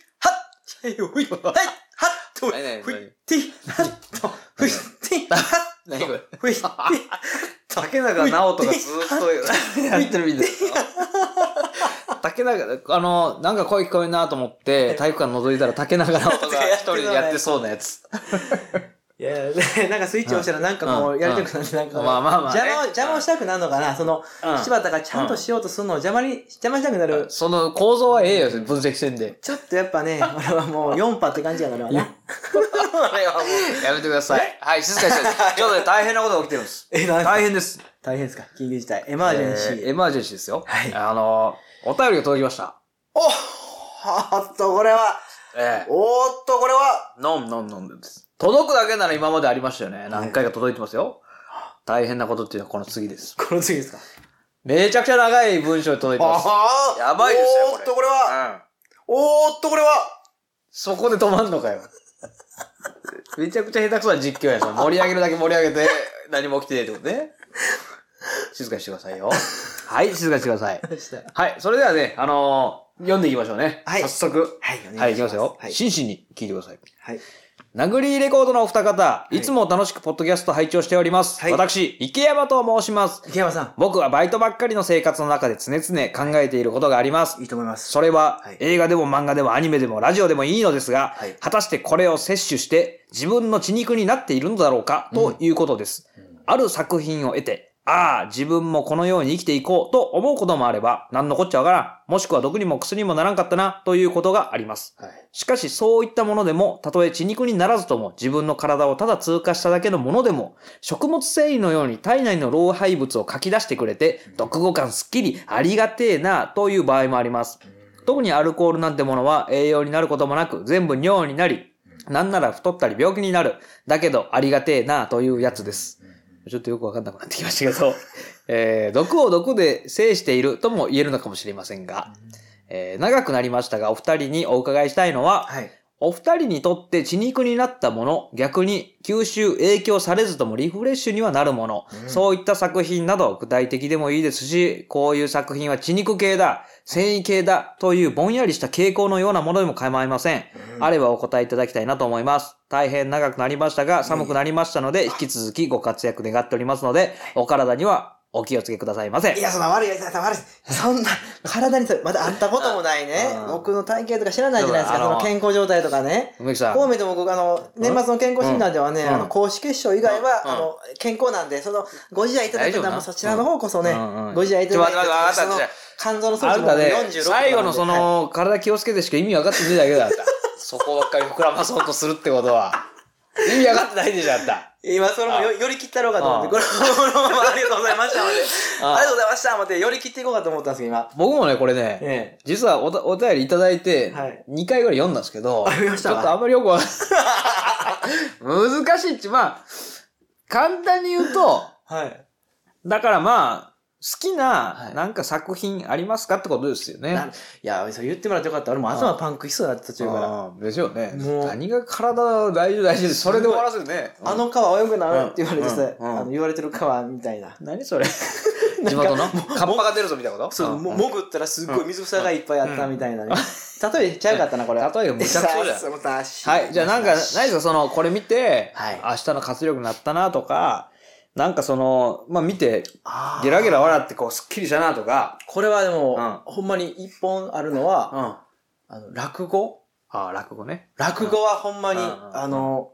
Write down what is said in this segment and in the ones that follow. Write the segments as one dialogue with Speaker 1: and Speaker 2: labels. Speaker 1: い、ふい、はい、はっと、ふい、
Speaker 2: 何何
Speaker 1: ふい、てい、はっと、ふい、てい、はっ
Speaker 2: 何これ
Speaker 1: と、ふい、てい、は
Speaker 2: 竹中直人がずっと やってるみたいですよ竹中、あの、なんか声聞こえんなと思って、体育館覗いたら竹中直人が一人でやってそうなやつ。
Speaker 1: いや、なんかスイッチ押したらなんかこ
Speaker 2: う
Speaker 1: うんやりたくなって、なんかこう
Speaker 2: まあまあまあね
Speaker 1: 邪魔を、邪魔をしたくなるのかなその、
Speaker 2: うん
Speaker 1: 柴田がちゃんとしようとするのを邪魔に、邪魔したくなる。
Speaker 2: その構造はええよ、分析してん で。
Speaker 1: ちょっとやっぱね、俺はもう4波って感じやからな。
Speaker 2: やめてください。 はい、静かにしてください。ちょっとね大変なことが起きてるんです。
Speaker 1: え、なん
Speaker 2: 大変です。
Speaker 1: 大変ですか緊急事態。エマージェンシ
Speaker 2: えーエ
Speaker 1: ー。
Speaker 2: マージェンシーですよ。
Speaker 1: はい
Speaker 2: あの、お便りが届きました。
Speaker 1: おおっと、これは、
Speaker 2: ええ
Speaker 1: おーっと、これは、
Speaker 2: ノンノンノンです。届くだけなら今までありましたよね。何回か届いてますよ。大変なことっていうのはこの次です。
Speaker 1: この次ですか
Speaker 2: めちゃくちゃ長い文章が届いてます。
Speaker 1: あ
Speaker 2: やばいですよ
Speaker 1: おーっと、これは、
Speaker 2: うん
Speaker 1: おーっと、これは、
Speaker 2: そこで止まんのかよ。めちゃくちゃ下手くそな実況やそれ盛り上げるだけ盛り上げて、何も起きてねえってことね。静かにしてくださいよ。はい、静かにしてください。はい、それではね、あのー読んでいきましょうね。
Speaker 1: はい
Speaker 2: 早速。
Speaker 1: はい、お
Speaker 2: は
Speaker 1: 願
Speaker 2: い、いきますよ。
Speaker 1: はい。
Speaker 2: 真摯に聞いてください。
Speaker 1: はい
Speaker 2: 殴りレコードのお二方、
Speaker 1: い
Speaker 2: いつも楽しくポッドキャスト拝聴しております。
Speaker 1: はい
Speaker 2: 私、池山と申します。
Speaker 1: 池山さん、
Speaker 2: 僕はバイトばっかりの生活の中で常々考えていることがあります
Speaker 1: い。いと思います。
Speaker 2: それは
Speaker 1: はい
Speaker 2: 映画でも漫画でもアニメでもラジオでもいいのですが、
Speaker 1: はい
Speaker 2: 果たしてこれを摂取して自分の血肉になっているのだろうかということです。ある作品を得て、ああ、自分もこのように生きていこうと思うこともあれば、何のこっちゃわからん、もしくは毒にも薬にもならんかったなということがあります。
Speaker 1: はい。
Speaker 2: しかしそういったものでも、たとえ血肉にならずとも、自分の体をただ通過しただけのものでも、食物繊維のように体内の老廃物を書き出してくれて、毒後感すっきり、ありがてえな、という場合もあります。特にアルコールなんてものは栄養になることもなく、全部尿になり、なんなら太ったり病気になる。だけど、ありがてえな、というやつです。ちょっとよくわかんなくなってきましたけど、 えー、毒を毒で制しているとも言えるのかもしれませんが、えー、長くなりましたが、お二人にお伺いしたいのは、
Speaker 1: はい。
Speaker 2: お二人にとって血肉になったもの、逆に吸収、影響されずともリフレッシュにはなるもの、
Speaker 1: うん
Speaker 2: そういった作品など具体的でもいいですし、こういう作品は血肉系だ、繊維系だというぼんやりした傾向のようなものでも構いません。あればお答えいただきたいなと思います。大変長くなりましたが、寒くなりましたので、引き続きご活躍願っておりますので、お体にはお気をつけくださいませ
Speaker 1: い。や、そんな悪いやつだ、悪い。そんな、体にそれ、まだあったこともないね
Speaker 2: う。ん
Speaker 1: 僕の体型とか知らないじゃないですか、
Speaker 2: そうだ
Speaker 1: そ
Speaker 2: あ
Speaker 1: の健
Speaker 2: の
Speaker 1: 康状態とかね。
Speaker 2: 梅木さ。
Speaker 1: こうん見ても僕、あの、年末の健康診断ではね、
Speaker 2: うん
Speaker 1: あの、高脂血症以外は、
Speaker 2: うん
Speaker 1: あの、健康なんで、その、ご自愛いただいたのはもう
Speaker 2: 大丈夫な
Speaker 1: そちらの方こそね
Speaker 2: うんう、ん
Speaker 1: ご自愛いただいた
Speaker 2: ちょ待って
Speaker 1: そ
Speaker 2: 待って
Speaker 1: の
Speaker 2: 待って、
Speaker 1: 肝臓の装
Speaker 2: あ
Speaker 1: 置
Speaker 2: ん
Speaker 1: も
Speaker 2: たね
Speaker 1: 46、
Speaker 2: 最後のそ
Speaker 1: はい、
Speaker 2: の、体気をつけてしか意味分かってねえだけだった。 そこばっかり膨らまそうとするってことは、 意味分かってないでしょ、あんた。
Speaker 1: 今、それもよ、より切ったろうかと思って、これ、このままありがとうございました、思って
Speaker 2: あ
Speaker 1: ありがとうございました、思って、より切っていこうかと思ったんですけど、今。
Speaker 2: 僕もね、これね、
Speaker 1: ええ。
Speaker 2: 実はおたお便りいただいて
Speaker 1: はい、
Speaker 2: 2回ぐらい読んだんですけど、
Speaker 1: あ読みまし
Speaker 2: ち
Speaker 1: た
Speaker 2: ょっとあんまりよくわかんない。 難しいっち、まあ、簡単に言うと、
Speaker 1: はい。
Speaker 2: だからまあ、好き
Speaker 1: は、
Speaker 2: ないなんか作品ありますかってことですよね。
Speaker 1: なんいや、それ言ってもらってよかった。俺もう頭パンクしそうになってた途中から。
Speaker 2: あーですよね。
Speaker 1: もう
Speaker 2: 何が体は大丈夫大丈夫それで終わらせるね。
Speaker 1: あの川泳ぐな
Speaker 2: うん
Speaker 1: って言われてさ、
Speaker 2: うんうん
Speaker 1: あの言われてる川みたいな。
Speaker 2: 何それ 地元のカッパが出るぞみたいなこと
Speaker 1: そう、も
Speaker 2: ん
Speaker 1: 潜ったらすっごい水草がいっぱいあったみたいなね。例えちゃうかったな、これ。
Speaker 2: 例えがむちゃくちゃだよ
Speaker 1: さあそうだし
Speaker 2: はい、じゃあなんか、ないですかその、これ見て、
Speaker 1: はい
Speaker 2: 明日の活力になったなとか、なんかその、まあ見て、
Speaker 1: あー
Speaker 2: ゲラゲラ笑ってこう、すっきりしたなとか、
Speaker 1: これはでも、
Speaker 2: う
Speaker 1: ほんまに一本あるの
Speaker 2: うん。
Speaker 1: は、
Speaker 2: あ
Speaker 1: あの、落語
Speaker 2: あ、落語ね。
Speaker 1: 落語はほんまに、
Speaker 2: うんうんうん
Speaker 1: あの、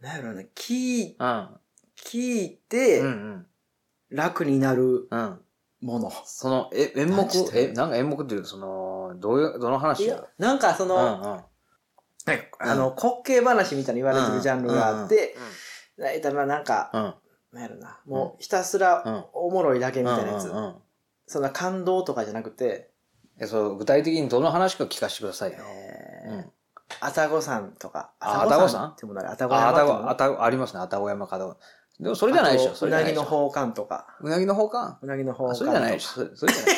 Speaker 1: なんやろね、聞い、
Speaker 2: うん。
Speaker 1: 聞いうて、
Speaker 2: ん
Speaker 1: 楽になる
Speaker 2: うん。うん。
Speaker 1: もの。
Speaker 2: その、え、演目
Speaker 1: 何し、てん
Speaker 2: え、なんか演目っていうのその、どういう、どの話
Speaker 1: いや、なんかそうの、
Speaker 2: んうん。
Speaker 1: あの、滑稽話みたいに言われてるジャンルがあって、大体まあなんか、
Speaker 2: うん。うん。
Speaker 1: なんやろな、もうひたすらおもろいだけみたいなやつ
Speaker 2: うん。うんうん
Speaker 1: そんな感動とかじゃなくて、
Speaker 2: え、そう、具体的にどの話か聞かせてくださいよ。うん。
Speaker 1: あたごさんとか、
Speaker 2: あ
Speaker 1: んってもなる、あたご
Speaker 2: あ、あたご、
Speaker 1: 山
Speaker 2: あたご、ありますね。あたご山かたご。でも、それじゃないでしょ。それ
Speaker 1: う
Speaker 2: じゃ
Speaker 1: な
Speaker 2: ない
Speaker 1: ぎ
Speaker 2: で
Speaker 1: の
Speaker 2: しょ。
Speaker 1: 宝冠とか、
Speaker 2: うなぎの方か。
Speaker 1: うなぎの
Speaker 2: あ
Speaker 1: 宝
Speaker 2: それじゃない
Speaker 1: 冠
Speaker 2: で
Speaker 1: とか。
Speaker 2: しょ。そ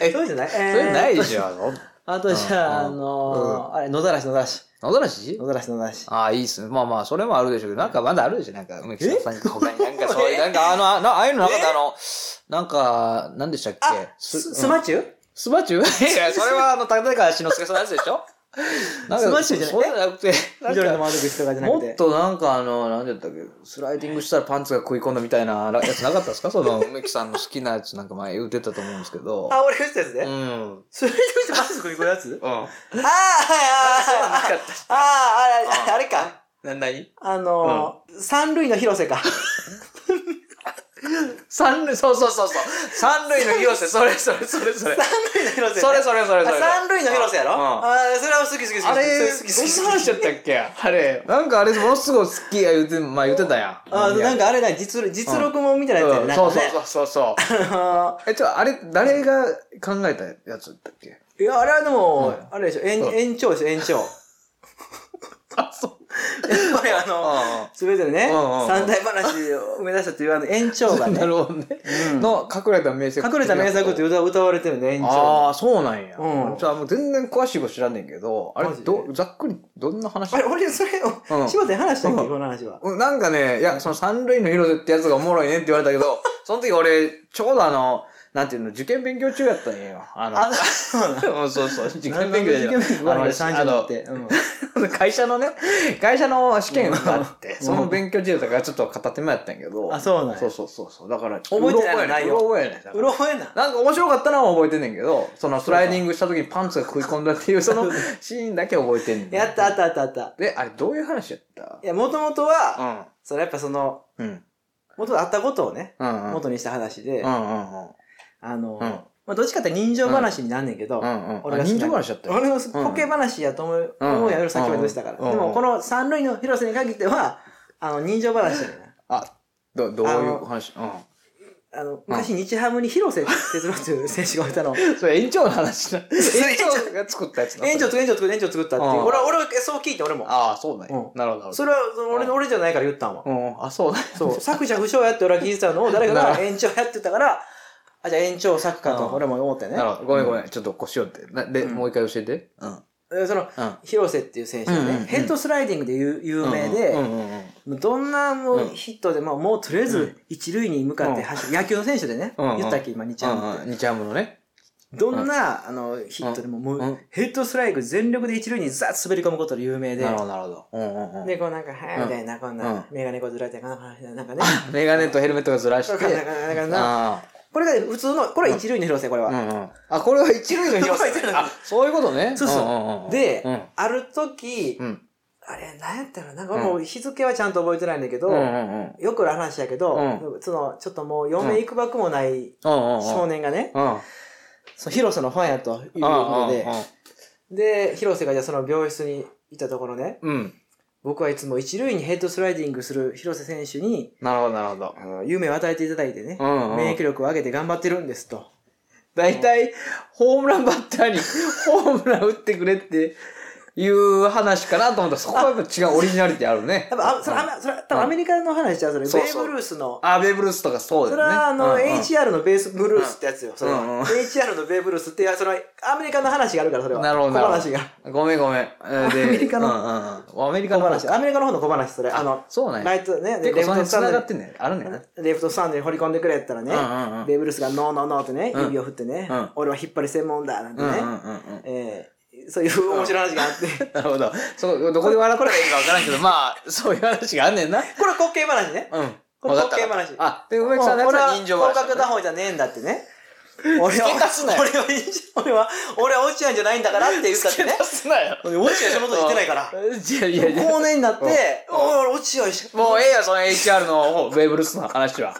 Speaker 2: れそれじ
Speaker 1: そうじ
Speaker 2: ゃない。え、
Speaker 1: ゃないそ
Speaker 2: それないでし
Speaker 1: ょ。
Speaker 2: ょ。あの
Speaker 1: あとじゃあ、あ
Speaker 2: うん
Speaker 1: のー、あれ、野ざらし野ざらし。
Speaker 2: 野ざらし
Speaker 1: 野ざらし野ざらし。
Speaker 2: ああ、いいっすね。まあまあ、それもあるでしょうけど、なんかまだあるでしょ。なんか、梅木さん、なんか他に、なんかそういう、なんかあの、あなああいうのなかったあの、なんか、なんでしたっけ
Speaker 1: あ、す、すまちゅ
Speaker 2: スバチュいや、それはあの、高川志の輔さんのやつでしょなんか
Speaker 1: スマッシュじゃない
Speaker 2: そうなくて、なん
Speaker 1: 緑の
Speaker 2: か
Speaker 1: 窓口とかじゃな
Speaker 2: も
Speaker 1: くて
Speaker 2: っ。となんかあの、なんて言ったっけ、スライディングしたらパンツが食い込んだみたいなやつなかったですかその、梅木さんの好きなやつなんか前言ってたと思うんですけど。
Speaker 1: あ、俺が言ってたやつね。
Speaker 2: うん。うん。
Speaker 1: それで見てマスクにこうやつ
Speaker 2: あ、は
Speaker 1: あーはいはいはい。
Speaker 2: っ
Speaker 1: あーあれ、あれか。
Speaker 2: た。な、なに
Speaker 1: あのー、三塁の広瀬か。
Speaker 2: 三塁、そうそうそうそう。三塁の広瀬、それそれそれそれ。
Speaker 1: 三塁の広瀬ね。
Speaker 2: それそれそれそれ。
Speaker 1: あ三塁の広瀬やろ
Speaker 2: うん
Speaker 1: あー、それは好き好き好き。
Speaker 2: あれ、
Speaker 1: そ好き好き
Speaker 2: どんな
Speaker 1: 好き
Speaker 2: 話だったっけあれ。なんかあれ、ものすごい好きや言うて、まあ言ってたやん。
Speaker 1: あー、なん
Speaker 2: か、
Speaker 1: かあれだ、実実録もんみたいなやつやね
Speaker 2: うん
Speaker 1: なん
Speaker 2: そう
Speaker 1: か
Speaker 2: そ
Speaker 1: ね。
Speaker 2: うそうそう。
Speaker 1: あ
Speaker 2: え、ちょ、あれ、誰が考えたやつだったっけ
Speaker 1: ーいや、あれはでも
Speaker 2: うん、
Speaker 1: あれでしょ、延
Speaker 2: うん
Speaker 1: 延長でしょ、延長。
Speaker 2: あ、そう。
Speaker 1: やっぱりあの、
Speaker 2: あ
Speaker 1: すべてのね、
Speaker 2: うんうんうん
Speaker 1: 三大話を埋め出したっていうあの延長が
Speaker 2: あ。
Speaker 1: ね
Speaker 2: な、るほどね。
Speaker 1: うん
Speaker 2: の隠れた名作。
Speaker 1: 隠れた名作って
Speaker 2: う。
Speaker 1: 歌歌われてるね、延長。
Speaker 2: ああ、そうなんや。
Speaker 1: うん
Speaker 2: じゃあもう全然詳しいこと知らんねんけど、あれ
Speaker 1: マジ、で
Speaker 2: ど、ざっくりどんな話
Speaker 1: あれ、俺、それ
Speaker 2: う
Speaker 1: を、
Speaker 2: ん
Speaker 1: 柴田に話したっけ、
Speaker 2: うん
Speaker 1: この話は。
Speaker 2: うんなんかね、いや、その三類の広瀬ってやつがおもろいねって言われた けど、その時俺、ちょうどあの、なんていうの、受験勉強中やったんよ。あの、
Speaker 1: そうな
Speaker 2: うんそうそう、受験
Speaker 1: 何
Speaker 2: 勉
Speaker 1: 勉強
Speaker 2: 強で
Speaker 1: で
Speaker 2: し
Speaker 1: 受験勉
Speaker 2: ょ
Speaker 1: 強
Speaker 2: あの
Speaker 1: 30だって。うん
Speaker 2: あの会社のね、会社の試験があっ
Speaker 1: う
Speaker 2: て、
Speaker 1: ん
Speaker 2: その勉強中だからちょっと片手間やったんやけど。
Speaker 1: あそうなんや
Speaker 2: そうそうそうそう。だから、
Speaker 1: 覚えてないの内
Speaker 2: うろ覚え
Speaker 1: 容
Speaker 2: うろ覚えないだか
Speaker 1: う
Speaker 2: ら。
Speaker 1: ろ覚えな。
Speaker 2: なんか面白かったのは覚えてんねんけど、そのスライディングした時にパンツが食い込んだっていうそのシーンだけ覚えてんねん。
Speaker 1: やった、あった、あった、あった。
Speaker 2: で、あれどういう話やった
Speaker 1: いや、もともとは、
Speaker 2: ん。
Speaker 1: そのやっぱその、
Speaker 2: うん。
Speaker 1: もともとあったことをね、
Speaker 2: うん。
Speaker 1: 元にした話で
Speaker 2: う、んうん
Speaker 1: あの
Speaker 2: うん。うん。、
Speaker 1: まあ、どっちかって人情話になんねんけど、
Speaker 2: うんうん。
Speaker 1: 俺が好き
Speaker 2: 俺が
Speaker 1: な
Speaker 2: 人情話やったよ。
Speaker 1: 俺のコケ話やと思う、
Speaker 2: うん
Speaker 1: 思うやろ、さっきまで言ってたから。
Speaker 2: うん
Speaker 1: でも、この三類の広瀬に限っては、あの、人情話やねんな。
Speaker 2: あ、どどう
Speaker 1: あ
Speaker 2: い
Speaker 1: の
Speaker 2: う話う
Speaker 1: あの、昔、日ハムに広瀬哲郎っていう選手がい たの。
Speaker 2: ん。それ園長の話 な。園
Speaker 1: れ園長
Speaker 2: 長が作ったやつな
Speaker 1: 園長作園長作園長作ったっていう。
Speaker 2: うん
Speaker 1: 俺は、俺はそう聞いて、俺も。
Speaker 2: ああ、そうなんや
Speaker 1: うん
Speaker 2: なるほどなるほど。
Speaker 1: それは、その俺の、
Speaker 2: う
Speaker 1: 俺じゃないから言ったんわ。
Speaker 2: うん、あ、そうだよ。
Speaker 1: そう、作者不詳やって俺は聞いてたのを、誰か
Speaker 2: なる
Speaker 1: が
Speaker 2: ほど
Speaker 1: 延長やってたから、あ、じゃあ延長作家
Speaker 2: う
Speaker 1: と
Speaker 2: ん
Speaker 1: 俺も思ってね
Speaker 2: な。るほど。ごめんごめん。ちょっと腰折って。なで、
Speaker 1: うん
Speaker 2: もう一回教えて。うん。うん。
Speaker 1: でその、広瀬っていう選手はね、
Speaker 2: うんうんうん
Speaker 1: ヘッドスライディングで有有名で、
Speaker 2: うんうんうん。
Speaker 1: もうどんなもううんヒットでも、もうとりあえ
Speaker 2: う
Speaker 1: ず
Speaker 2: ん
Speaker 1: 一塁に向かって走る、野球の選手でね、
Speaker 2: うんうん
Speaker 1: 言ったっけ、今、日
Speaker 2: 日
Speaker 1: ハ
Speaker 2: ハ
Speaker 1: ムっ
Speaker 2: ム
Speaker 1: て。
Speaker 2: の。日ハムのね。
Speaker 1: どんな、あのヒットでも、も
Speaker 2: う
Speaker 1: うんヘッドスライク全力で一塁にザッと滑り込むことで有名で
Speaker 2: なる、ほど、なるほど。うんうんうん。
Speaker 1: で、こうなんか、はい、みたいな、こん
Speaker 2: う、
Speaker 1: なんメガネこずられて、なんかなんかね、
Speaker 2: メガネとヘルメットがずら
Speaker 1: と
Speaker 2: し
Speaker 1: かなん
Speaker 2: て。
Speaker 1: かなんかな、
Speaker 2: あ
Speaker 1: これが普通の、これは一塁の広瀬、これ
Speaker 2: あ。う
Speaker 1: は。
Speaker 2: んうん。あ、これは一塁の広
Speaker 1: これは一塁
Speaker 2: 瀬。
Speaker 1: の
Speaker 2: あ、そういうことね。
Speaker 1: そうそうん
Speaker 2: んん
Speaker 1: で
Speaker 2: うん
Speaker 1: ある時
Speaker 2: う、ん。
Speaker 1: あれ、なんやったのなんかもう日付はちゃんと覚えてないんだけど、
Speaker 2: うんうんうん。
Speaker 1: よくある話やけど、その、ちょっともう嫁行くばくもない
Speaker 2: うんうんうん。
Speaker 1: 少年がね、
Speaker 2: うん。うん
Speaker 1: その広瀬のファンやということ
Speaker 2: うん
Speaker 1: で、で、広瀬がじゃあその病室にいたところね、
Speaker 2: うん。うん。
Speaker 1: 僕はいつも一塁にヘッドスライディングする広瀬選手に、
Speaker 2: なるほど、なるほど。
Speaker 1: あの夢を与えていただいてね、
Speaker 2: うんうん
Speaker 1: 免疫力を上げて頑張ってるんですと。
Speaker 2: 大体、ホームランバッターに、ホームラン打ってくれっていう話かなと思ったら、そこはやっぱ違うオリジナリティあるね。
Speaker 1: やっぱ、あそれ、あそれ、多分アメリカの話じゃんそれ、
Speaker 2: そう
Speaker 1: ベイ
Speaker 2: そう
Speaker 1: ブルースの。
Speaker 2: あ、ベーブ・ルースとかそう
Speaker 1: そ
Speaker 2: だ
Speaker 1: れ
Speaker 2: よね。
Speaker 1: はあの、
Speaker 2: うんうん
Speaker 1: HR のベースブルースってやつよ、それは。
Speaker 2: うんうん
Speaker 1: HR のベイブルースって、 その、アメリカの話があるから、それは。
Speaker 2: なるほどなるほど
Speaker 1: 小話が。
Speaker 2: ごめんごめん。えーで
Speaker 1: アメリカの
Speaker 2: うんうんうんアメリカ
Speaker 1: 小
Speaker 2: の
Speaker 1: 話。アメリカの方の小話、それ。あの、
Speaker 2: そうなん
Speaker 1: ラ
Speaker 2: や。
Speaker 1: イトね、
Speaker 2: 結構その辺繋が
Speaker 1: に
Speaker 2: ってんねん。あるねんな。
Speaker 1: レフトスタンドに掘り込んでくれやったらね、
Speaker 2: うんうんうん
Speaker 1: ベーブ・ルースがノーノーノーってね、
Speaker 2: うん
Speaker 1: 指を振ってね、
Speaker 2: うん
Speaker 1: 俺は引っ張り専門だなんて
Speaker 2: うん
Speaker 1: ね、
Speaker 2: うんうんうん。
Speaker 1: えーそういう面白い話があって、こ
Speaker 2: なるほど。そう、どこで笑ったらいいかわからんけど、まあ、そういう話があんねんな。
Speaker 1: れ滑稽話ね。
Speaker 2: うん。
Speaker 1: これ
Speaker 2: わかった
Speaker 1: 滑稽話
Speaker 2: あ、で、梅木さんのやつ
Speaker 1: 俺
Speaker 2: は
Speaker 1: は
Speaker 2: 人情話。
Speaker 1: 広 角打法じゃねえんだってね。俺は、
Speaker 2: 付け足すなよ
Speaker 1: 俺は、俺は、俺は落ちないんじゃないんだからって言ったってね。
Speaker 2: すなよ。
Speaker 1: 俺、落ちないそのこと言ってないから。
Speaker 2: いやいやいや。
Speaker 1: 後年になって、おい、落ちないし。
Speaker 2: もうええよ、その HR のウェーブルースの 話は。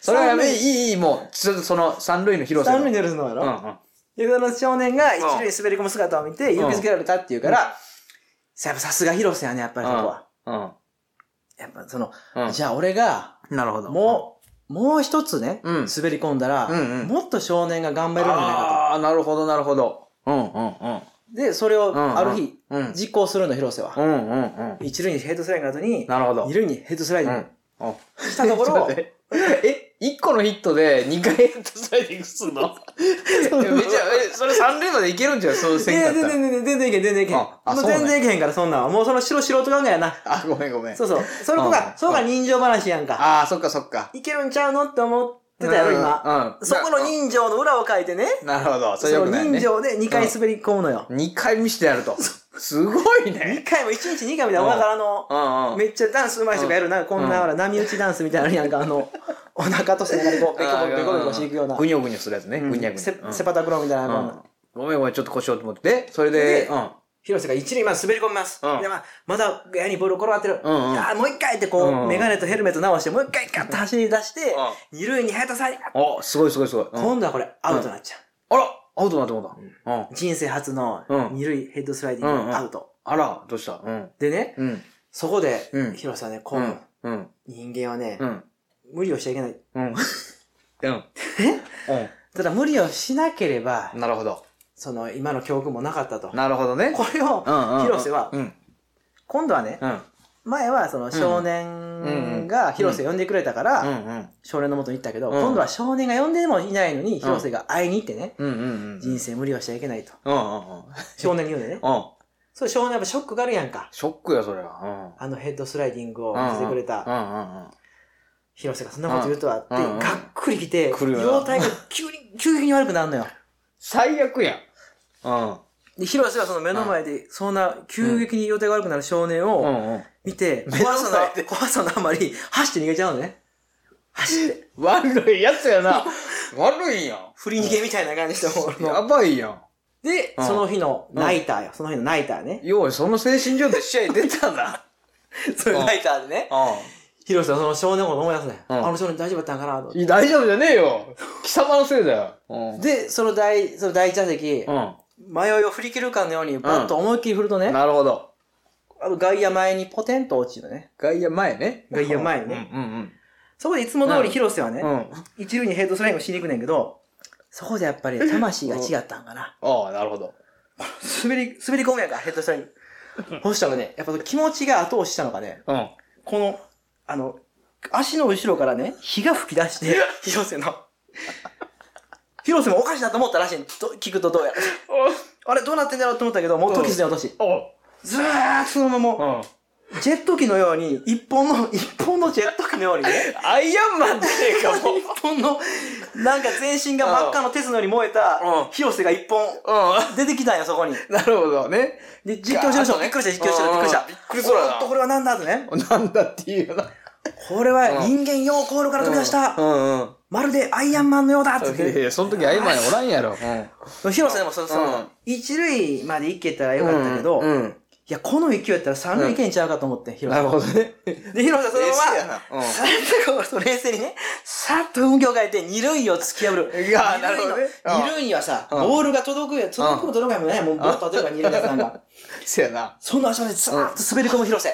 Speaker 2: それはやめ、いい、いい、もう、ちょっとその三塁の広さ
Speaker 1: 三
Speaker 2: の。
Speaker 1: 塁
Speaker 2: うん
Speaker 1: に出るのや
Speaker 2: う
Speaker 1: ろ。
Speaker 2: ん。
Speaker 1: でその少年が一塁に滑り込む姿を見て、勇気づけられたっていうから、ささすが広瀬やね、やっぱりそこは。
Speaker 2: うん。
Speaker 1: やっぱその、
Speaker 2: うん。
Speaker 1: じゃあ俺が、
Speaker 2: なるほど。
Speaker 1: もう、もう一つね、
Speaker 2: うん
Speaker 1: 滑り込んだら、
Speaker 2: うんうん
Speaker 1: もっと少年が頑張
Speaker 2: う
Speaker 1: れる
Speaker 2: ん、
Speaker 1: んじゃないか
Speaker 2: ああ、なるほど、なるほど。うん、うん、うん。
Speaker 1: と。で、それを
Speaker 2: うんうん
Speaker 1: ある日、
Speaker 2: うん。
Speaker 1: 実行するの、広瀬は
Speaker 2: う。ん、うん、うん。
Speaker 1: 一塁にヘッドスライディングの後に、
Speaker 2: なるほど。
Speaker 1: 二塁にヘッドスライ
Speaker 2: う
Speaker 1: ディン
Speaker 2: ん。うん
Speaker 1: グしたところ、
Speaker 2: ちょっと待ってえ、1個のヒットで2回ヘッドスライディングするの
Speaker 1: そう
Speaker 2: いやめちゃ、え、それ3塁までいけるんじゃん、そうせんか
Speaker 1: 全
Speaker 2: った
Speaker 1: 然
Speaker 2: ら。
Speaker 1: 全然全然いけん、全然いけん。も
Speaker 2: ああ
Speaker 1: う
Speaker 2: そうなん
Speaker 1: 全
Speaker 2: や
Speaker 1: 然いけへんから、そんなんは。もうその白素人考えやな。
Speaker 2: あ、ごめんごめん
Speaker 1: そう。そう。それこ
Speaker 2: うんう
Speaker 1: が、
Speaker 2: ん
Speaker 1: それが人情話やんか。
Speaker 2: ああ、そっかそっか。
Speaker 1: いけるんちゃうのって思ってたやろ、今。
Speaker 2: 今
Speaker 1: そこの人情の裏を書いてね。
Speaker 2: なるほど。そ
Speaker 1: そ
Speaker 2: れよ
Speaker 1: の
Speaker 2: くない
Speaker 1: 人
Speaker 2: ね。
Speaker 1: 情で2回滑り込むのよ。
Speaker 2: 2回見してやると。すごい
Speaker 1: 2
Speaker 2: ね。
Speaker 1: 回も1日2回みたいな、だからあの、
Speaker 2: うんう ん。
Speaker 1: めっちゃダンス上手い人がやる、なんかこんな、ほら、波打ちダンスみたいなのになんかあ の、お腹と背中でこう、ベコベコベコベコしていくような。
Speaker 2: ぐにょぐにょするやつね。ぐにゃぐに
Speaker 1: セ
Speaker 2: ゃ。
Speaker 1: セパタクローみたいな、
Speaker 2: う
Speaker 1: こ
Speaker 2: ん
Speaker 1: う
Speaker 2: ごめんごめん、ちょっと腰をと思って。でそれで
Speaker 1: で、
Speaker 2: うん。
Speaker 1: 広瀬が一塁まで滑り込みます。
Speaker 2: うん
Speaker 1: で、まあ、まだ矢にボール転がってる。
Speaker 2: うんうん
Speaker 1: いやーもう一回ってこう、
Speaker 2: うんうん
Speaker 1: メガネとヘルメット直して、もう一回ガッと走り出して、二塁に早田さんに、
Speaker 2: お、すごいすごいすごい。うん
Speaker 1: 今度はこれアウトになっちゃ
Speaker 2: あらアウトだと思った。うん
Speaker 1: う。。人生初の
Speaker 2: うん
Speaker 1: 二塁ヘッドスライディングアウト。
Speaker 2: あら、どうしたうん。
Speaker 1: でね、
Speaker 2: うん。
Speaker 1: そこで
Speaker 2: うん、
Speaker 1: 広瀬はね、こ
Speaker 2: う
Speaker 1: う、
Speaker 2: ん。うん。
Speaker 1: 人間はね、
Speaker 2: うん。
Speaker 1: 無理をしちゃいけない。
Speaker 2: うん。うん。
Speaker 1: ただ無理をしなければ
Speaker 2: う、ん。なるほど。
Speaker 1: その今の教訓もなかったと。
Speaker 2: なるほどね。
Speaker 1: これを、
Speaker 2: うんうん。
Speaker 1: 広瀬は
Speaker 2: うん。
Speaker 1: 今度はね、
Speaker 2: うん。
Speaker 1: 前はその少
Speaker 2: うん
Speaker 1: 年が広瀬呼んでくれたから、
Speaker 2: うんうん。
Speaker 1: 少年のもとに行ったけど、
Speaker 2: うん
Speaker 1: 今度は少年が呼んでもいないのに、広瀬が会いに行ってね、
Speaker 2: うんうんうん。
Speaker 1: 人生無理はしちゃいけないと。
Speaker 2: うんうんうん。
Speaker 1: 少年に言うのね。
Speaker 2: うん。
Speaker 1: それ少年やっぱショックがあるやんか。
Speaker 2: ショックや、それは。
Speaker 1: あのヘッドスライディング
Speaker 2: う
Speaker 1: を
Speaker 2: ん。
Speaker 1: 見せてくれ
Speaker 2: う
Speaker 1: た
Speaker 2: んうんうん。
Speaker 1: 広瀬がそんなこと言うとはって、
Speaker 2: うんうん
Speaker 1: がっくりきて、
Speaker 2: 来るよな
Speaker 1: 容体が 急に、急激に悪くなるのよ。
Speaker 2: 最悪や。うん。
Speaker 1: で、広瀬はその目の前で、そんな急激に容体が悪くなる少年を
Speaker 2: んうん。
Speaker 1: 見て、
Speaker 2: 目の
Speaker 1: 怖
Speaker 2: 前
Speaker 1: さの、怖さのあまり、走って逃げちゃうのね。走って、
Speaker 2: 悪いやつやな。悪いやん。
Speaker 1: 振り逃げみたいな感じで、もう
Speaker 2: やばいやん。
Speaker 1: で、
Speaker 2: うん
Speaker 1: その日のナイターよ。その日のナイター ね。
Speaker 2: よう、その精神状態試合出たんだ。
Speaker 1: そのナイターでね。
Speaker 2: う
Speaker 1: 広瀬はその少年のこと思い出すね。
Speaker 2: うん
Speaker 1: あの少年大丈夫だったんかなと思っ
Speaker 2: ん。大丈夫じゃねえよ。貴様のせいだよ。うん。
Speaker 1: て。で、その第、その第一打席、
Speaker 2: う
Speaker 1: 迷いを振り切るかのように、バッと思いっきり振ると
Speaker 2: ん。
Speaker 1: ね、
Speaker 2: なるほど。
Speaker 1: あの外野前にポテンと落ちるのね。
Speaker 2: 外野前ね。
Speaker 1: 外野前ね。
Speaker 2: うんうん
Speaker 1: そこでいつも通り広瀬はね
Speaker 2: う、ん。うん。
Speaker 1: 一塁にヘッドスラインをしに行くねんけど、そこでやっぱり魂が違ったんかな。
Speaker 2: ああ、なるほど。
Speaker 1: 滑り、滑り込むやんか、ヘッドスライン。そしたらね、やっぱ気持ちが後押ししたのかね、
Speaker 2: うん。
Speaker 1: この、あの、足の後ろからね、火が吹き出 して、広瀬の。広瀬もおかしいなと思ったらしい。と聞くとどうやら。あれどうなってんだろうと思ったけど、もう時すでに落とし。
Speaker 2: お
Speaker 1: ずーっとそのまま、
Speaker 2: うん。
Speaker 1: ジェット機のように、一本の、一本のジェット機のようにね、
Speaker 2: アイアンマンじゃねえか、もう。
Speaker 1: 一本の、なんか全身が真っ赤の鉄のように燃え
Speaker 2: う
Speaker 1: た
Speaker 2: ん、
Speaker 1: 広瀬が一本、
Speaker 2: う
Speaker 1: 出てきたんよ、そこに。
Speaker 2: ん。なるほどね。
Speaker 1: で、実況してる人もびっくりした、実況してる、びっくりした。
Speaker 2: うんびっくりそうだな
Speaker 1: おっと、これはなんだとね。
Speaker 2: なんだっていうよな。
Speaker 1: これは人間用コールから飛び出した
Speaker 2: う、んうん。
Speaker 1: まるでアイアンマンのようだっつっ
Speaker 2: いやい
Speaker 1: て。
Speaker 2: や、その時アイアンマンおらんやろ。うん。
Speaker 1: 広瀬でもそ、そ
Speaker 2: うん
Speaker 1: の、一塁まで行けたらよかったけど、い
Speaker 2: うん。
Speaker 1: や、この勢いやったら三塁行けんちゃうかと思って、広瀬。
Speaker 2: なるほどね。
Speaker 1: で、広瀬その
Speaker 2: 冷静やな
Speaker 1: ま
Speaker 2: うん
Speaker 1: ま、さっとこうそう冷静にね、さっと運気を変えて二塁を突き破る。
Speaker 2: いやーなるほどね
Speaker 1: 二塁の
Speaker 2: うん
Speaker 1: 二塁にはさ、
Speaker 2: うん
Speaker 1: ボールが届くや、届くも届かへんもね、もうボール届くから二塁のやつなんか。
Speaker 2: せやな。
Speaker 1: その足までずーっと滑り込む広瀬。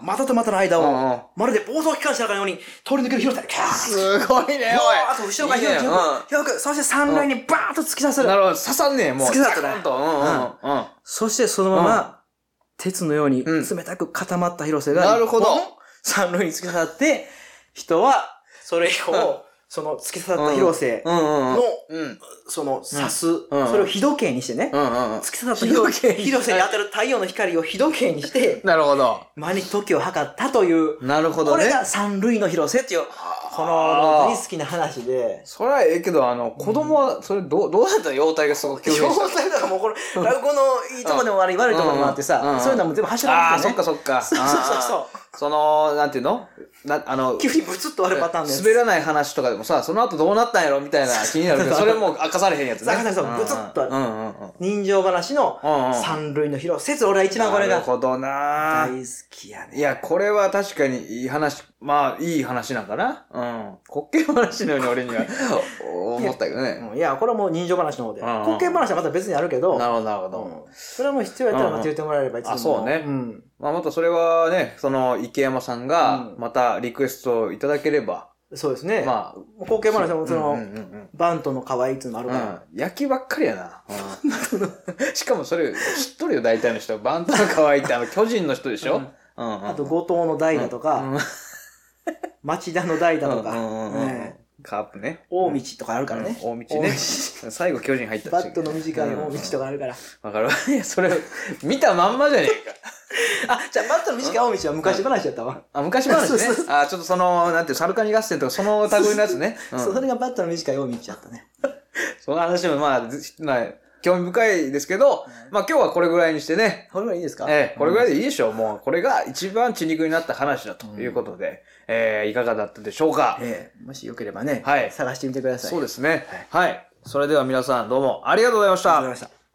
Speaker 2: う
Speaker 1: 股と股の間
Speaker 2: うんうん
Speaker 1: を、まるで暴走機関車のように通り抜ける広瀬。キャー
Speaker 2: すごいね、おい。
Speaker 1: あと後ろから
Speaker 2: いいね
Speaker 1: 広く、広く、そして三塁にバーッと突き刺さ
Speaker 2: う
Speaker 1: る
Speaker 2: んな。るほど。刺さんねえ、もう。
Speaker 1: 好きだったね
Speaker 2: ガーンと。うんうんうん。
Speaker 1: そしてそのまま、鉄のように
Speaker 2: うん
Speaker 1: 冷たく固まった広瀬が、
Speaker 2: なるほど
Speaker 1: 一本三塁に突き刺さって、人は、それ以降、その突き刺さった広瀬
Speaker 2: うんうんうん
Speaker 1: の、
Speaker 2: うん。
Speaker 1: その刺す、
Speaker 2: うん
Speaker 1: それを火時計にしてね、
Speaker 2: うんうんうん。
Speaker 1: 突き刺さった広瀬
Speaker 2: 火時計に
Speaker 1: 広瀬に当たる太陽の光を火時計にして、
Speaker 2: なるほど。
Speaker 1: 毎日時を測ったという、
Speaker 2: なるほど
Speaker 1: これ
Speaker 2: ね。
Speaker 1: が三塁の広瀬っていう、この大好きな話で、
Speaker 2: それはええけど、あの、子供は、それ、どう、どうだったら容体がすごく
Speaker 1: 表
Speaker 2: 急変した
Speaker 1: 現とかもうこの、落語のいいとこでも悪い悪いとこでもあって
Speaker 2: うんうんう
Speaker 1: さ、
Speaker 2: ん
Speaker 1: そういうのはもう全部走らな
Speaker 2: ああ、
Speaker 1: く
Speaker 2: そ
Speaker 1: て
Speaker 2: っ
Speaker 1: ね
Speaker 2: か。そっか。
Speaker 1: そうそうそうそう
Speaker 2: あーその、なんていうのな、あの、
Speaker 1: 急にブツッと割るパターンのやつ。
Speaker 2: 滑らない話とかでもさ、その後どうなったんやろみたいな気になるけど、それもう明かされへんやつね。
Speaker 1: 明かされそう
Speaker 2: うんうん
Speaker 1: ブツッと
Speaker 2: うんうんうん。
Speaker 1: 人情話の
Speaker 2: うんうん
Speaker 1: 三類の広瀬、俺は一番これ
Speaker 2: なる
Speaker 1: が
Speaker 2: ほどな
Speaker 1: 大
Speaker 2: ー
Speaker 1: 好きや
Speaker 2: い
Speaker 1: ね。
Speaker 2: や、これは確かにいい話、まあ、いい話なんかな。うん。滑稽話のように俺 にはお思ったけどね。
Speaker 1: うんいや、これはもう人情話の方で。
Speaker 2: うんうん
Speaker 1: 滑稽話はまた別にあるけど、
Speaker 2: なるほど、なるほ
Speaker 1: う
Speaker 2: ど。
Speaker 1: んそれはもう必要やったらまた言ってもらえればいつでも。
Speaker 2: あそうね
Speaker 1: ん
Speaker 2: まあ、またそれはね、その、池山さんが
Speaker 1: う、ん
Speaker 2: またリクエストをいただければ、
Speaker 1: そうですね。
Speaker 2: まあ、
Speaker 1: 滑稽話もそ
Speaker 2: うんうん
Speaker 1: の、
Speaker 2: うんうん
Speaker 1: バントの可愛いっていうのも
Speaker 2: う
Speaker 1: あるから
Speaker 2: ん。焼きばっかりやな。うん、 しかもそれ、知っとるよ、大体の人。バンタの可愛いって、あの、巨人の人でしょ。うんうんうん、
Speaker 1: あと、後藤の代だと
Speaker 2: う
Speaker 1: か、
Speaker 2: ん
Speaker 1: 町田の代だとか、
Speaker 2: うんうんうんうん
Speaker 1: ね
Speaker 2: カープね。
Speaker 1: 大道とかあるからね。
Speaker 2: うん大道ね。最後、巨人入ったっ
Speaker 1: バ
Speaker 2: ちゅう
Speaker 1: ットの短い大道とかあるから。
Speaker 2: わかるわ。いや、それ、見たまんまじゃねえか。
Speaker 1: あ、じゃあ、バットの短い青道は昔話やったわ。
Speaker 2: あ、昔話 ね
Speaker 1: そうそう。
Speaker 2: あ、ちょっとその、なんていう、サルカニ合戦とか、その類のやつね。うん
Speaker 1: そうそれがバットの短い青道やったね。
Speaker 2: その話も、まあ、ずまあ興味深いですけど、まあ今日はこれぐらいにしてね、
Speaker 1: これはいいですか
Speaker 2: ええ、これぐらいでいいでしょう。もう、これが一番血肉になった話だということで、ええいかがだったでしょうか。
Speaker 1: ええもしよければね、
Speaker 2: はい
Speaker 1: 探してみてください。
Speaker 2: そうですね。はい。それでは皆さんどうもありがとうございました
Speaker 1: ありがとうございました。